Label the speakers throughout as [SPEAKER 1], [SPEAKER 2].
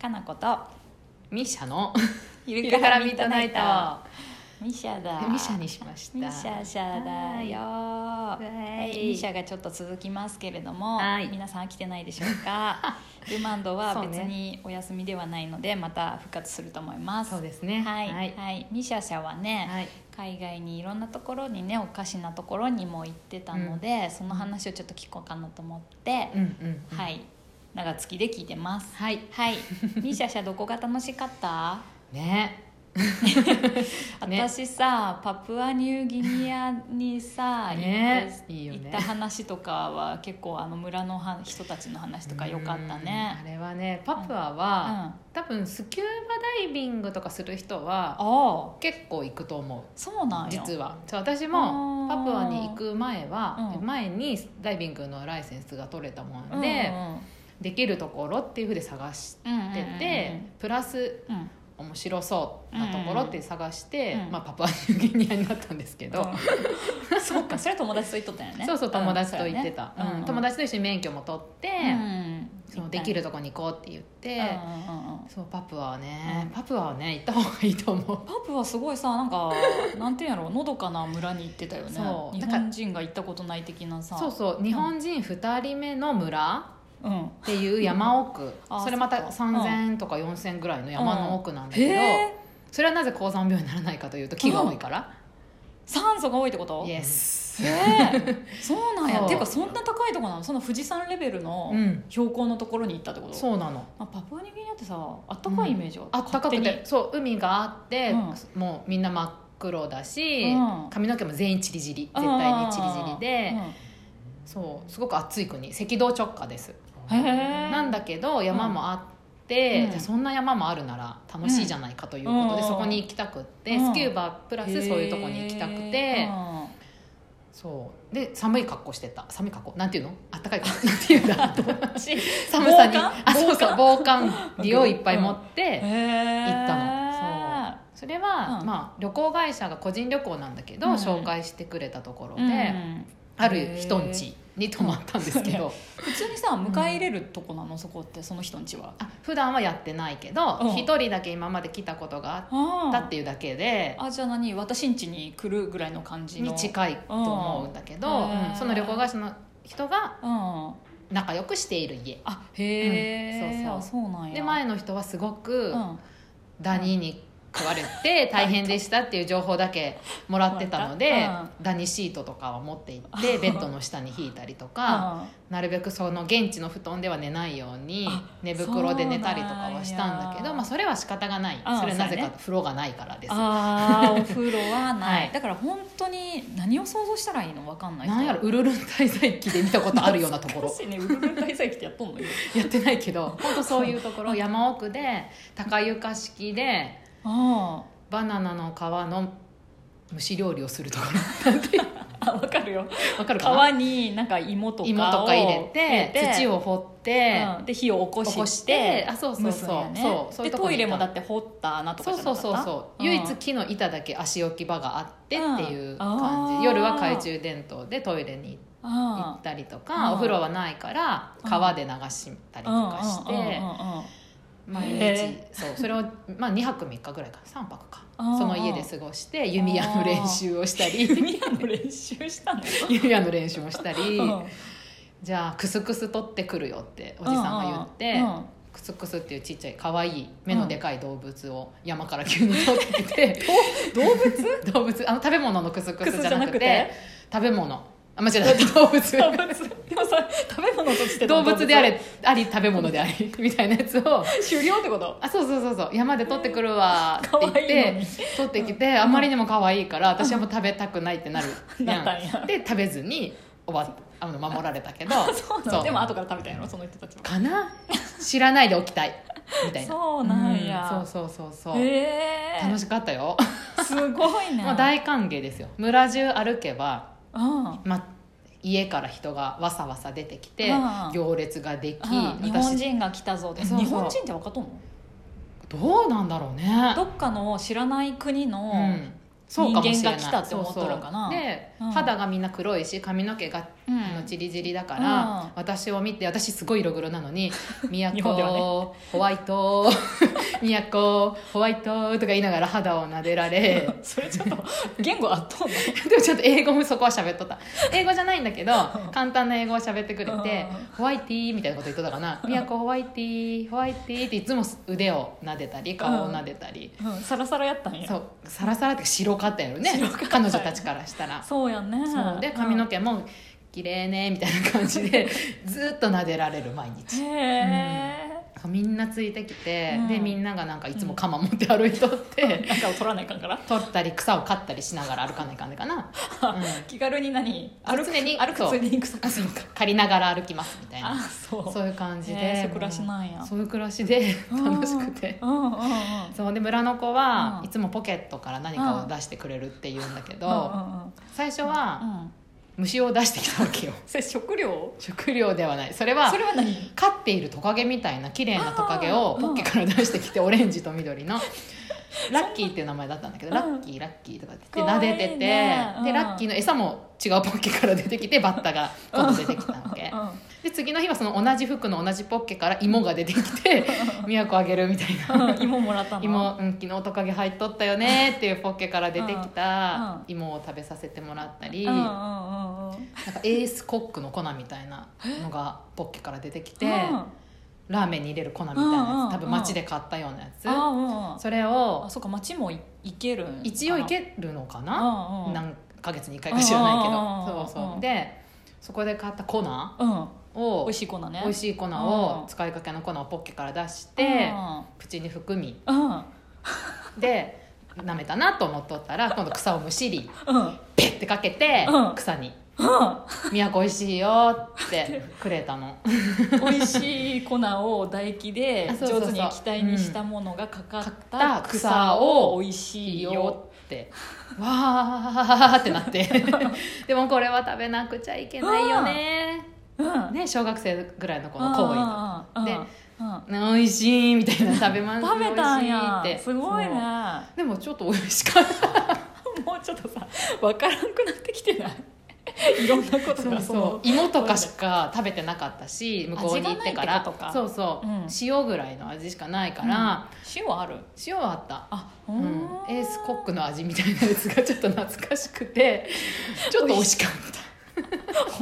[SPEAKER 1] かなこと
[SPEAKER 2] ミシャの
[SPEAKER 1] ゆ
[SPEAKER 2] 昼からミッドナイト
[SPEAKER 1] ミシャだ
[SPEAKER 2] ミシャにしました
[SPEAKER 1] ミシャシャだよ
[SPEAKER 2] は
[SPEAKER 1] は
[SPEAKER 2] い
[SPEAKER 1] いミシャがちょっと続きますけれども、
[SPEAKER 2] はい
[SPEAKER 1] 皆さん飽きてないでしょう かルマンドは
[SPEAKER 2] そう
[SPEAKER 1] 別
[SPEAKER 2] ね
[SPEAKER 1] にお休みではないのでまた復活すると思います
[SPEAKER 2] そうですね
[SPEAKER 1] はい、は
[SPEAKER 2] はいい
[SPEAKER 1] ミシャシャはね、
[SPEAKER 2] はい
[SPEAKER 1] 海外にいろんなところにねおかしなところにも行ってたので、その話をちょっと聞こうかなと思って、
[SPEAKER 2] うんうんうん
[SPEAKER 1] はい長月で聞いてます
[SPEAKER 2] はい
[SPEAKER 1] はい、ミシャシャどこが楽しかった
[SPEAKER 2] ね ね
[SPEAKER 1] 私さ、パプアニューギニアにさ、
[SPEAKER 2] ね
[SPEAKER 1] 行っ
[SPEAKER 2] いいよね
[SPEAKER 1] 行った話とかは結構あの村のは人たちの話とか良かった
[SPEAKER 2] う
[SPEAKER 1] ね
[SPEAKER 2] んあれはねパプア
[SPEAKER 1] うん
[SPEAKER 2] は、
[SPEAKER 1] あ
[SPEAKER 2] 多分スキューバダイビングとかする人は
[SPEAKER 1] あ
[SPEAKER 2] 結構行くと思う
[SPEAKER 1] そうなんよ
[SPEAKER 2] 実はそう私も
[SPEAKER 1] あー
[SPEAKER 2] パプアに行く前は、
[SPEAKER 1] うん
[SPEAKER 2] 前にダイビングのライセンスが取れたもん
[SPEAKER 1] う
[SPEAKER 2] で、
[SPEAKER 1] ん
[SPEAKER 2] できるところっていうふうで探し
[SPEAKER 1] うんうんうん
[SPEAKER 2] てて、プラス
[SPEAKER 1] うんうん
[SPEAKER 2] 面白そうなところって探して、
[SPEAKER 1] うん
[SPEAKER 2] まあ、パプアニューギニアになったんですけど、
[SPEAKER 1] うん そうかそれは友達と行っとったよね
[SPEAKER 2] そうそう友達と行ってた、
[SPEAKER 1] うんそうやね
[SPEAKER 2] うん友達と一緒に免許も取って、
[SPEAKER 1] うん
[SPEAKER 2] そうできるとこに行こうって言っ
[SPEAKER 1] うんう
[SPEAKER 2] て、
[SPEAKER 1] んうんうん
[SPEAKER 2] そうパプアはね、
[SPEAKER 1] うん
[SPEAKER 2] パプアはね行った方がいいと思う
[SPEAKER 1] パプはすごいさなん かなんていうんやろうのどかな村に行ってたよね
[SPEAKER 2] そう
[SPEAKER 1] 日
[SPEAKER 2] だから
[SPEAKER 1] 本人が行ったことない的なさ
[SPEAKER 2] そうそう日本人2人目の村
[SPEAKER 1] うん
[SPEAKER 2] って いう山奥
[SPEAKER 1] あ
[SPEAKER 2] それまた
[SPEAKER 1] そっか
[SPEAKER 2] 3,000とか4,000ぐらいの山の奥なんだけど、
[SPEAKER 1] へえ
[SPEAKER 2] それはなぜ高山病にならないかというと木が多い から、
[SPEAKER 1] 酸素が多いってこと
[SPEAKER 2] イエス、
[SPEAKER 1] え ー、そうなんや
[SPEAKER 2] そう
[SPEAKER 1] ていうかそんな高いとこなのその富士山レベルの
[SPEAKER 2] うん、
[SPEAKER 1] 標高のところに行ったってこと、
[SPEAKER 2] そうなの
[SPEAKER 1] まあ、パプアニューギニアってさあったかいイメージは、
[SPEAKER 2] あったかくてそう海があって、
[SPEAKER 1] う
[SPEAKER 2] もうみんな真っ黒だし、
[SPEAKER 1] うん
[SPEAKER 2] 髪の毛も全員チリチリ絶対にチリチリで、そうすごく暑い国赤道直下です、
[SPEAKER 1] へえ
[SPEAKER 2] なんだけど山もあっ
[SPEAKER 1] う
[SPEAKER 2] て、
[SPEAKER 1] ん
[SPEAKER 2] じゃあそんな山もあるなら楽しいじゃないかということで、
[SPEAKER 1] うん
[SPEAKER 2] そこに行きたくって、
[SPEAKER 1] うん
[SPEAKER 2] スキューバプラスそういうとこに行きたくて。そうで寒い格好してた寒い格好なんていうのあったかい格好なんていうんだ寒さ
[SPEAKER 1] 防
[SPEAKER 2] に
[SPEAKER 1] 寒
[SPEAKER 2] あそうそう防寒着を
[SPEAKER 1] うん
[SPEAKER 2] いっぱい持って、
[SPEAKER 1] 行
[SPEAKER 2] った
[SPEAKER 1] の
[SPEAKER 2] それは、
[SPEAKER 1] うん
[SPEAKER 2] まあ、旅行会社が個人旅行なんだけど、
[SPEAKER 1] うん
[SPEAKER 2] 紹介してくれたところで、
[SPEAKER 1] うん
[SPEAKER 2] ある人ん家に泊まったんですけど、
[SPEAKER 1] 普通にさ迎え入れるとこなのそこってその人んちは
[SPEAKER 2] あ普段はやってないけど
[SPEAKER 1] うん
[SPEAKER 2] 一、人だけ今まで来たことがあ
[SPEAKER 1] あ
[SPEAKER 2] ったってていうだけで、
[SPEAKER 1] あじゃあ何私んちに来るぐらいの感じの
[SPEAKER 2] に近いと思うんだけど、
[SPEAKER 1] うん
[SPEAKER 2] うんその旅行会社の人が
[SPEAKER 1] うんあ
[SPEAKER 2] 仲良くしている家。
[SPEAKER 1] へえ、
[SPEAKER 2] うん
[SPEAKER 1] あそうなんや
[SPEAKER 2] で前の人はすごく、
[SPEAKER 1] うん
[SPEAKER 2] ダニに食われて大変でしたっていう情報だけもらってたので、
[SPEAKER 1] う
[SPEAKER 2] ダニシートとかは持って行ってベッドの下に引いたりとか、
[SPEAKER 1] うん
[SPEAKER 2] なるべくその現地の布団では寝ないように
[SPEAKER 1] あ
[SPEAKER 2] 寝袋で寝たりとかはしたんだ
[SPEAKER 1] そうなん
[SPEAKER 2] け
[SPEAKER 1] や
[SPEAKER 2] ど、まあ、それは仕方がない、
[SPEAKER 1] うん
[SPEAKER 2] それはなぜ
[SPEAKER 1] そうやね
[SPEAKER 2] か風呂がないからです。
[SPEAKER 1] ああお風呂はない、
[SPEAKER 2] はい
[SPEAKER 1] だから本当に何を想像したらいいのわかんない
[SPEAKER 2] なんやろウルルン滞在 期で見たことあるようなところ
[SPEAKER 1] 懐かしいねウルルン滞在期ってやっとんのよ
[SPEAKER 2] やってないけど本当そういうところ山奥で高床式で
[SPEAKER 1] あ
[SPEAKER 2] バナナの皮の蒸し料理をするとこ
[SPEAKER 1] ーあわかるよ
[SPEAKER 2] ろわかるかな
[SPEAKER 1] 川になんか芋とかを
[SPEAKER 2] 芋とか入れて土を掘って、
[SPEAKER 1] うんで火を起こして
[SPEAKER 2] 起こしてあそうそうそ
[SPEAKER 1] 蒸
[SPEAKER 2] う
[SPEAKER 1] すんやね
[SPEAKER 2] そうそういう
[SPEAKER 1] で
[SPEAKER 2] とこ
[SPEAKER 1] ト
[SPEAKER 2] に
[SPEAKER 1] イ
[SPEAKER 2] いた
[SPEAKER 1] レもだって掘った穴とか
[SPEAKER 2] そう
[SPEAKER 1] じゃな
[SPEAKER 2] そ
[SPEAKER 1] か
[SPEAKER 2] う
[SPEAKER 1] った
[SPEAKER 2] そうそう、唯一木の板だけ足置き場があってっていう感じ、
[SPEAKER 1] うんあー
[SPEAKER 2] 夜は懐中電灯でトイレに行
[SPEAKER 1] あ
[SPEAKER 2] ったりと
[SPEAKER 1] うん
[SPEAKER 2] か、お風呂はないから川で流したりとかして、毎日、
[SPEAKER 1] へ
[SPEAKER 2] そうそれを、まあ、2泊3日ぐらいか3泊か、
[SPEAKER 1] うん
[SPEAKER 2] その家で過ごして弓矢の練習をしたり
[SPEAKER 1] 弓矢の練習したの
[SPEAKER 2] 弓矢の練習もしたり、
[SPEAKER 1] うん
[SPEAKER 2] じゃあクスクス取ってくるよっておじさんが言って。
[SPEAKER 1] うんうん
[SPEAKER 2] クスクスっていうちっちゃい可愛い目のでかい動物を山から急に取ってきて、 動物動物あの食べ物のクスクスじ
[SPEAKER 1] クス
[SPEAKER 2] ゃなくて
[SPEAKER 1] じゃなくて
[SPEAKER 2] 食べ物あ間違えた動
[SPEAKER 1] 動
[SPEAKER 2] 物
[SPEAKER 1] 物でもさ食べ物としての
[SPEAKER 2] 動物であれあり食べ物でありみたいなやつを
[SPEAKER 1] 狩猟ってこと
[SPEAKER 2] あそうそうそうそう山で取ってくるわって 言っ
[SPEAKER 1] 可愛いの
[SPEAKER 2] て
[SPEAKER 1] に
[SPEAKER 2] 取ってきてあまりにも可愛いから私はもう食べたくないってなる
[SPEAKER 1] なったん や
[SPEAKER 2] で食べずに終わっあの守られたけど
[SPEAKER 1] そうなのでも後から食べたんやろその人たちも
[SPEAKER 2] かな知らないでおきたいみたいな
[SPEAKER 1] そうなんや
[SPEAKER 2] うんそうそうそうそう、
[SPEAKER 1] へえ
[SPEAKER 2] 楽しかったよ
[SPEAKER 1] すごいね
[SPEAKER 2] もう大歓迎ですよ村中歩けば、
[SPEAKER 1] うん
[SPEAKER 2] まあ、家から人がわさわさ出てきて
[SPEAKER 1] うん
[SPEAKER 2] 行列ができ
[SPEAKER 1] うん日本人が来たぞで
[SPEAKER 2] そうそ
[SPEAKER 1] 日
[SPEAKER 2] う
[SPEAKER 1] 本人って分かっとんの
[SPEAKER 2] どうなんだろうね
[SPEAKER 1] どっかの知らない国
[SPEAKER 2] う
[SPEAKER 1] の
[SPEAKER 2] んそうかもしれ
[SPEAKER 1] 人間
[SPEAKER 2] ない
[SPEAKER 1] が来たって思っとるんかな
[SPEAKER 2] そうそうで、
[SPEAKER 1] うん
[SPEAKER 2] 肌がみんな黒いし髪の毛が
[SPEAKER 1] うん
[SPEAKER 2] あのチリジリだから、
[SPEAKER 1] うん
[SPEAKER 2] 私を見て私すごい色黒なの に「
[SPEAKER 1] 日
[SPEAKER 2] 都
[SPEAKER 1] 本ではね
[SPEAKER 2] ホワイト 都ホワイト」とか言いながら肌を撫で られ
[SPEAKER 1] それちょっと言語圧倒だ
[SPEAKER 2] でもちょっと英語もそこは喋っとった英語じゃないんだけど簡単な英語を喋ってくれて
[SPEAKER 1] う
[SPEAKER 2] 「ホワイティー」みたいなこと言っとったかな「都ホワイティーホワイティー」っていつも腕を撫でたり顔を撫でたり、
[SPEAKER 1] うんサラサラやったんや
[SPEAKER 2] そうサラサラって白かったやろね彼女たちからしたら
[SPEAKER 1] そうやね
[SPEAKER 2] そうで髪の毛も綺麗ねみたいな感じでずっと撫でられる毎日
[SPEAKER 1] へえ
[SPEAKER 2] みんなついてきて、
[SPEAKER 1] うん
[SPEAKER 2] でみんながなんかいつも鎌持って歩いとって、
[SPEAKER 1] なんかを取らないかんから
[SPEAKER 2] 取ったり草を刈ったりしながら歩かないかんで かな、うん
[SPEAKER 1] 気軽に何歩く
[SPEAKER 2] 常に
[SPEAKER 1] 歩く
[SPEAKER 2] そう
[SPEAKER 1] ついでに草
[SPEAKER 2] あそうか刈りながら歩きますみたい
[SPEAKER 1] あ
[SPEAKER 2] な
[SPEAKER 1] そう
[SPEAKER 2] そういう感じで、
[SPEAKER 1] へーそういう暮らしなんや
[SPEAKER 2] もうそういう暮らしで楽しくて。
[SPEAKER 1] うんうんうんうん
[SPEAKER 2] そうで村の子は、
[SPEAKER 1] うん
[SPEAKER 2] いつもポケットから何かを出してくれるって言うんだけど、
[SPEAKER 1] うん
[SPEAKER 2] 最初
[SPEAKER 1] う
[SPEAKER 2] は
[SPEAKER 1] んうん
[SPEAKER 2] 虫を出してきたわ けよ
[SPEAKER 1] それ食料
[SPEAKER 2] 食料ではないそれは
[SPEAKER 1] それは何
[SPEAKER 2] 飼っているトカゲみたいな綺麗なトカゲを
[SPEAKER 1] あー
[SPEAKER 2] ポッケから出してきてオレンジと緑 の。ラッキーっていう名前だったんだけど、
[SPEAKER 1] うん
[SPEAKER 2] ラッキーラッキーとかって言
[SPEAKER 1] かわ
[SPEAKER 2] っ
[SPEAKER 1] い
[SPEAKER 2] て
[SPEAKER 1] い
[SPEAKER 2] 撫でてて、
[SPEAKER 1] ねうん
[SPEAKER 2] でラッキーの餌も違うポッケから出てきてバッタが今度出てきたわけ
[SPEAKER 1] うんうん
[SPEAKER 2] で次の日はその同じ服の同じポッケから芋が出てきて「都あげる」みたいな
[SPEAKER 1] うん芋もらったの
[SPEAKER 2] 芋、うん、昨日トカゲ入っとったよねっていうポッケから出てきた芋を食べさせてもらったり、
[SPEAKER 1] うんうんうんうん
[SPEAKER 2] なんかエースコックの粉みたいなのがポッケから出てきて、
[SPEAKER 1] うん
[SPEAKER 2] ラーメンに入れる粉みたいなや
[SPEAKER 1] うんうんうん
[SPEAKER 2] つ多分街で買ったようなやつ、
[SPEAKER 1] あうんうん
[SPEAKER 2] それ
[SPEAKER 1] あ
[SPEAKER 2] を
[SPEAKER 1] そうか街もい行けるんかな
[SPEAKER 2] 一応いけるのかな、
[SPEAKER 1] うんうん
[SPEAKER 2] 何ヶ月に1回か知らないけ
[SPEAKER 1] う
[SPEAKER 2] ど、
[SPEAKER 1] んうんうんうん
[SPEAKER 2] そうそう、
[SPEAKER 1] うん
[SPEAKER 2] でそこで買った粉
[SPEAKER 1] うん美
[SPEAKER 2] を美
[SPEAKER 1] 味しい粉ね
[SPEAKER 2] 味
[SPEAKER 1] い
[SPEAKER 2] しい粉
[SPEAKER 1] うん
[SPEAKER 2] を使いかけの粉をポッケから出して口に含み
[SPEAKER 1] うんうん
[SPEAKER 2] で舐めたなと思っとったら今度草をむしり
[SPEAKER 1] うん
[SPEAKER 2] ペッてかけて
[SPEAKER 1] うん
[SPEAKER 2] 草に
[SPEAKER 1] う
[SPEAKER 2] 「都おいしいよ」ってくれたの
[SPEAKER 1] ん美味しい粉を唾液で
[SPEAKER 2] あそうそ
[SPEAKER 1] 上手
[SPEAKER 2] うそう
[SPEAKER 1] に液体にしたものがかかった
[SPEAKER 2] かかった
[SPEAKER 1] 草
[SPEAKER 2] 草
[SPEAKER 1] を
[SPEAKER 2] を
[SPEAKER 1] 美味し
[SPEAKER 2] い
[SPEAKER 1] い
[SPEAKER 2] い
[SPEAKER 1] よ
[SPEAKER 2] よってわーってなって でもこれは食べなくちゃいけないよね
[SPEAKER 1] うん
[SPEAKER 2] ね小学生ぐらいの子の行為の
[SPEAKER 1] うん
[SPEAKER 2] で
[SPEAKER 1] うんうん
[SPEAKER 2] 美味しいみたいな食べます
[SPEAKER 1] 食べたんや
[SPEAKER 2] 美味しいって
[SPEAKER 1] すごいね
[SPEAKER 2] そうでもちょっと美味しかった
[SPEAKER 1] もうちょっとさ分からんくなってきてないいろんなこと
[SPEAKER 2] そう
[SPEAKER 1] が
[SPEAKER 2] そう芋とかしか食べてなかったし向こうに行ってから
[SPEAKER 1] 味がないってことか
[SPEAKER 2] そうそう、
[SPEAKER 1] うん
[SPEAKER 2] 塩ぐらいの味しかないか、
[SPEAKER 1] から塩ある
[SPEAKER 2] 塩はあった
[SPEAKER 1] あう
[SPEAKER 2] うんエースコックの味みたいなやつがちょっと懐かしくてちょっと美味しかっ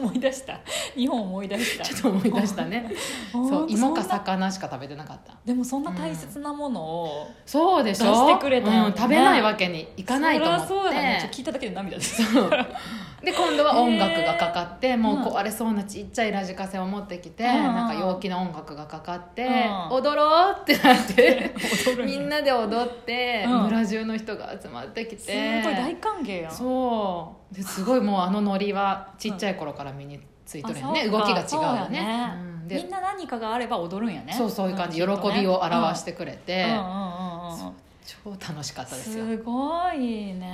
[SPEAKER 1] 思い出した日本思い出した
[SPEAKER 2] たちょっと思い出したね
[SPEAKER 1] ほ
[SPEAKER 2] そ
[SPEAKER 1] ん
[SPEAKER 2] う
[SPEAKER 1] と
[SPEAKER 2] 芋か
[SPEAKER 1] そんな
[SPEAKER 2] 魚しか食べてなかった
[SPEAKER 1] でもそんな大切なものを、
[SPEAKER 2] そうでしょ
[SPEAKER 1] 出してくれたよね
[SPEAKER 2] うん、食べないわけにいかないと思って
[SPEAKER 1] そりゃそうだねちょっと聞いただけで涙です
[SPEAKER 2] で今度は音楽がかかって、もううん壊れそうなちっちゃいラジカセを持ってきて、
[SPEAKER 1] うんうん
[SPEAKER 2] なんか陽気な音楽がかかって、
[SPEAKER 1] うん
[SPEAKER 2] 踊ろうって なって
[SPEAKER 1] 驚い
[SPEAKER 2] みんなで踊って、
[SPEAKER 1] うん
[SPEAKER 2] 村中の人が集まってきて
[SPEAKER 1] すごい大歓迎やん
[SPEAKER 2] そうですごいもうあのノリはちっちゃい頃から身についとるよ
[SPEAKER 1] あ
[SPEAKER 2] ね、
[SPEAKER 1] そう
[SPEAKER 2] 動
[SPEAKER 1] か
[SPEAKER 2] きが違うよ
[SPEAKER 1] そうや
[SPEAKER 2] ね
[SPEAKER 1] ね
[SPEAKER 2] うん
[SPEAKER 1] み
[SPEAKER 2] で
[SPEAKER 1] んな何かがあれば踊るんやね
[SPEAKER 2] そうそういう感じ、
[SPEAKER 1] んきっとね
[SPEAKER 2] 喜びを表してくれ
[SPEAKER 1] う
[SPEAKER 2] て、
[SPEAKER 1] んうんうんうんうん
[SPEAKER 2] 超楽しかったですよ
[SPEAKER 1] すごいね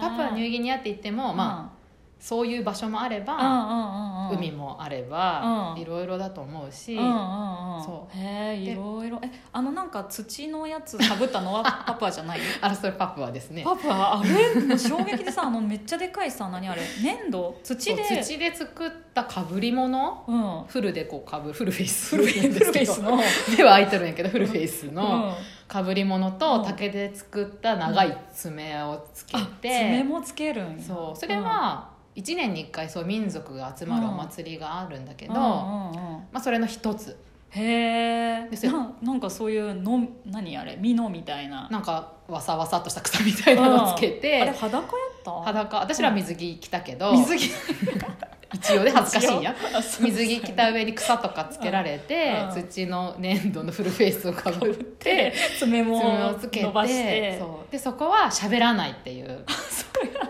[SPEAKER 2] パプアニューギニアって言っても、まあ、そういう場所もあれば、
[SPEAKER 1] あ
[SPEAKER 2] 海もあれば、
[SPEAKER 1] うん
[SPEAKER 2] いろいろだと思うし、
[SPEAKER 1] うんうんうん
[SPEAKER 2] そう
[SPEAKER 1] へえ
[SPEAKER 2] で
[SPEAKER 1] いろいろえあのなんか土のやつかぶったの はパプアじゃない
[SPEAKER 2] あれそれパプアですね
[SPEAKER 1] パプアあれもう衝撃でさあのめっちゃでかいさ何あれ粘土土で
[SPEAKER 2] そう土で作ったかぶり物
[SPEAKER 1] うん
[SPEAKER 2] フルでこうかぶフルフェイス
[SPEAKER 1] フルフェイス
[SPEAKER 2] フルフェイス の目は開いてるんやけどフルフェイスの
[SPEAKER 1] うん
[SPEAKER 2] かぶり物と
[SPEAKER 1] うん
[SPEAKER 2] 竹で作った長い爪をつけ
[SPEAKER 1] あ爪
[SPEAKER 2] て、
[SPEAKER 1] もつけるんや
[SPEAKER 2] そうそれは1年に1回そう民族が集まるお祭りがあるんだけ
[SPEAKER 1] け
[SPEAKER 2] ど、
[SPEAKER 1] うん
[SPEAKER 2] ま
[SPEAKER 1] うんうん
[SPEAKER 2] あ、それの一つ
[SPEAKER 1] へ
[SPEAKER 2] です
[SPEAKER 1] え
[SPEAKER 2] よ
[SPEAKER 1] ななんかそういうの何あれミノみたいな
[SPEAKER 2] なんかわさわさっとした草みたいなのをつけて、
[SPEAKER 1] あれ裸やった
[SPEAKER 2] 裸私ら水着着たけど、
[SPEAKER 1] 水着
[SPEAKER 2] 一応で恥ずかしいんや
[SPEAKER 1] あそう
[SPEAKER 2] 水着着た上に草とかつけられて、
[SPEAKER 1] うん
[SPEAKER 2] 土の粘土のフルフェイスをかぶって
[SPEAKER 1] 爪も
[SPEAKER 2] 爪をつけ
[SPEAKER 1] 伸ばして
[SPEAKER 2] てそうでそこは喋らないっていう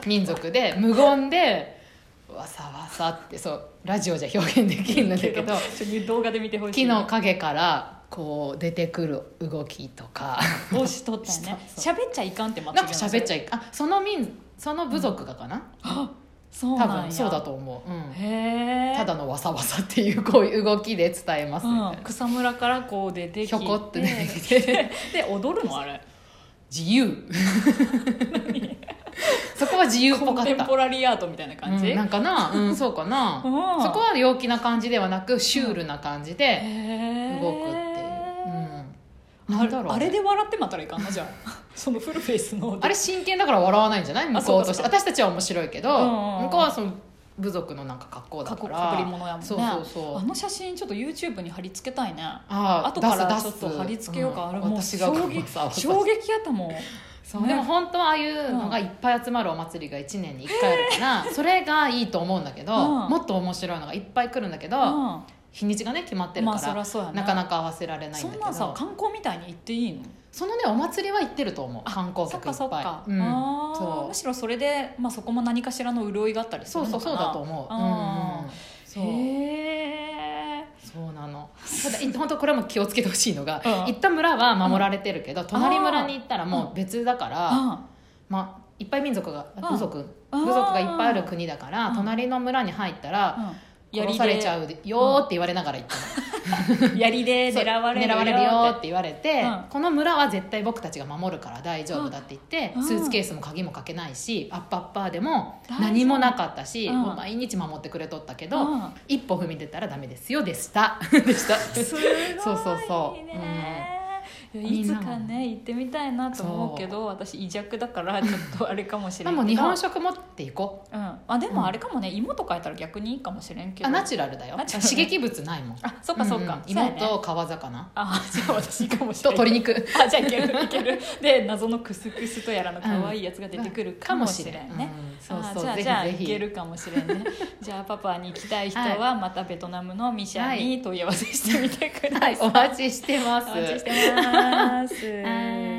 [SPEAKER 2] 民族で無言でわさわさってそうラジオじゃ表現できるんだけど
[SPEAKER 1] ちょっと動画で見てほし
[SPEAKER 2] 木
[SPEAKER 1] い
[SPEAKER 2] の陰からこう出てくる動きとか
[SPEAKER 1] をしとったよね
[SPEAKER 2] し
[SPEAKER 1] 喋っちゃいかんって間違
[SPEAKER 2] なんか喋っち
[SPEAKER 1] ゃ
[SPEAKER 2] ゃいあその民その部族がかな、
[SPEAKER 1] そう
[SPEAKER 2] 多
[SPEAKER 1] なんや
[SPEAKER 2] 分そうだと思う、うん、
[SPEAKER 1] へえ
[SPEAKER 2] ただのわさわさっていうこういう動きで伝えますみたいな、
[SPEAKER 1] うん、草むらからこう出てき
[SPEAKER 2] ひ
[SPEAKER 1] て
[SPEAKER 2] ょこ って出てきて
[SPEAKER 1] で踊るのあれ
[SPEAKER 2] 自由 そこは自由っぽ
[SPEAKER 1] コ
[SPEAKER 2] か
[SPEAKER 1] ン
[SPEAKER 2] っ
[SPEAKER 1] テン
[SPEAKER 2] た
[SPEAKER 1] ポラリアートみたいな感じ、
[SPEAKER 2] うんなんかな、うん、そうかな
[SPEAKER 1] う
[SPEAKER 2] そ
[SPEAKER 1] ん
[SPEAKER 2] こは陽気な感じではなくシュールな感じで
[SPEAKER 1] へー
[SPEAKER 2] 動くっていう、うん、なんだろう
[SPEAKER 1] あれで笑ってまったらいかんなじゃん そのフルフェイスの
[SPEAKER 2] あれ真剣だから笑わないんじゃない向こうとして
[SPEAKER 1] あそうかそう
[SPEAKER 2] 私たちは面白いけど、
[SPEAKER 1] うんうんうん
[SPEAKER 2] 向こうはその部族のなんか格好だ
[SPEAKER 1] か
[SPEAKER 2] か
[SPEAKER 1] こ
[SPEAKER 2] ら
[SPEAKER 1] かぶり物やもんね
[SPEAKER 2] そうそうそう
[SPEAKER 1] あの写真ちょっと YouTube に貼り付けたいね
[SPEAKER 2] あ
[SPEAKER 1] 後から
[SPEAKER 2] 出
[SPEAKER 1] ちょっ
[SPEAKER 2] す
[SPEAKER 1] と貼り付けようか、
[SPEAKER 2] ん
[SPEAKER 1] あれもう
[SPEAKER 2] 私が
[SPEAKER 1] 衝
[SPEAKER 2] ごめんな
[SPEAKER 1] 撃
[SPEAKER 2] さい
[SPEAKER 1] 衝撃やったもん
[SPEAKER 2] そうでも本当はああいうのがいっぱい集まるお祭りが1年に1回あるから、それがいいと思うんだけど、
[SPEAKER 1] うん
[SPEAKER 2] もっと面白いのがいっぱい来るんだけど、日にちがね決まってる
[SPEAKER 1] ま
[SPEAKER 2] か
[SPEAKER 1] あそ
[SPEAKER 2] ら、
[SPEAKER 1] りゃそうやね
[SPEAKER 2] なかなか合わせられないん
[SPEAKER 1] そ
[SPEAKER 2] だけ
[SPEAKER 1] ん
[SPEAKER 2] ど
[SPEAKER 1] な
[SPEAKER 2] そ
[SPEAKER 1] さ観光みたいに行っていいの
[SPEAKER 2] のねお祭りは行ってると思う観光
[SPEAKER 1] そっ
[SPEAKER 2] 客い
[SPEAKER 1] かそ
[SPEAKER 2] っぱい
[SPEAKER 1] っか、
[SPEAKER 2] うん
[SPEAKER 1] あー
[SPEAKER 2] そ
[SPEAKER 1] む
[SPEAKER 2] う
[SPEAKER 1] しろそれで、まあ、そこも何かしらの潤いがあったりす
[SPEAKER 2] そ
[SPEAKER 1] る
[SPEAKER 2] う
[SPEAKER 1] のか
[SPEAKER 2] そ
[SPEAKER 1] な
[SPEAKER 2] うそうだと思う、うんうんうん
[SPEAKER 1] あ、
[SPEAKER 2] そ
[SPEAKER 1] ー
[SPEAKER 2] う
[SPEAKER 1] へえ
[SPEAKER 2] そうなのただい本当これも気をつけてほしいのが、
[SPEAKER 1] うん
[SPEAKER 2] 行った村は守られてるけど、隣村に行ったらもう別だから、
[SPEAKER 1] あ
[SPEAKER 2] まあ、いっぱい民族が
[SPEAKER 1] うん
[SPEAKER 2] 部族
[SPEAKER 1] あー
[SPEAKER 2] 部族がいっぱいある国だから
[SPEAKER 1] うん
[SPEAKER 2] 隣の村に入った
[SPEAKER 1] う
[SPEAKER 2] ら
[SPEAKER 1] ん
[SPEAKER 2] 殺されちゃうよーって言われながら行ったの
[SPEAKER 1] 槍で
[SPEAKER 2] そう
[SPEAKER 1] 狙われるよ
[SPEAKER 2] 狙われるよーって言われて、
[SPEAKER 1] うん
[SPEAKER 2] この村は絶対僕たちが守るから大丈夫だって言って、
[SPEAKER 1] うん
[SPEAKER 2] スーツケースも鍵もかけないしアッパッパーでも
[SPEAKER 1] 大丈夫
[SPEAKER 2] 何もなかったし、
[SPEAKER 1] うん
[SPEAKER 2] もう毎日守ってくれとったけど、
[SPEAKER 1] うん
[SPEAKER 2] 一歩踏み出たらダメですよでした でした
[SPEAKER 1] すごいね
[SPEAKER 2] そうそうそう、
[SPEAKER 1] いや
[SPEAKER 2] み
[SPEAKER 1] い
[SPEAKER 2] ん
[SPEAKER 1] つ
[SPEAKER 2] なも
[SPEAKER 1] かね行ってみたいなと思うけど私胃弱だからちょっとあれかもし
[SPEAKER 2] うん
[SPEAKER 1] れ
[SPEAKER 2] まあ
[SPEAKER 1] んけど
[SPEAKER 2] もう日本食持っていこ
[SPEAKER 1] うん、あでもあれかもね、芋とかやったら逆にいいかもしれんけ
[SPEAKER 2] う
[SPEAKER 1] ど
[SPEAKER 2] あナチュラルだよ
[SPEAKER 1] ナチュラル
[SPEAKER 2] 刺激物ないもん
[SPEAKER 1] あそっかそっか、
[SPEAKER 2] うん芋
[SPEAKER 1] そうやね
[SPEAKER 2] と川魚
[SPEAKER 1] あじゃあ私かもし
[SPEAKER 2] と
[SPEAKER 1] れない
[SPEAKER 2] 鶏肉
[SPEAKER 1] あじゃあいけるいけるで謎のクスクスとやらの可愛いやつが出てくるかもしれんね、
[SPEAKER 2] うんそう
[SPEAKER 1] あ
[SPEAKER 2] そう
[SPEAKER 1] じゃあ
[SPEAKER 2] ぜ
[SPEAKER 1] じゃあ
[SPEAKER 2] ひぜ
[SPEAKER 1] い
[SPEAKER 2] ひ
[SPEAKER 1] けるかもしれん ねじゃあパパに行きたい人はまたベトナムのミシャに問い合わせしてみてください、
[SPEAKER 2] お待ちしてます
[SPEAKER 1] お待ちしてます
[SPEAKER 2] はい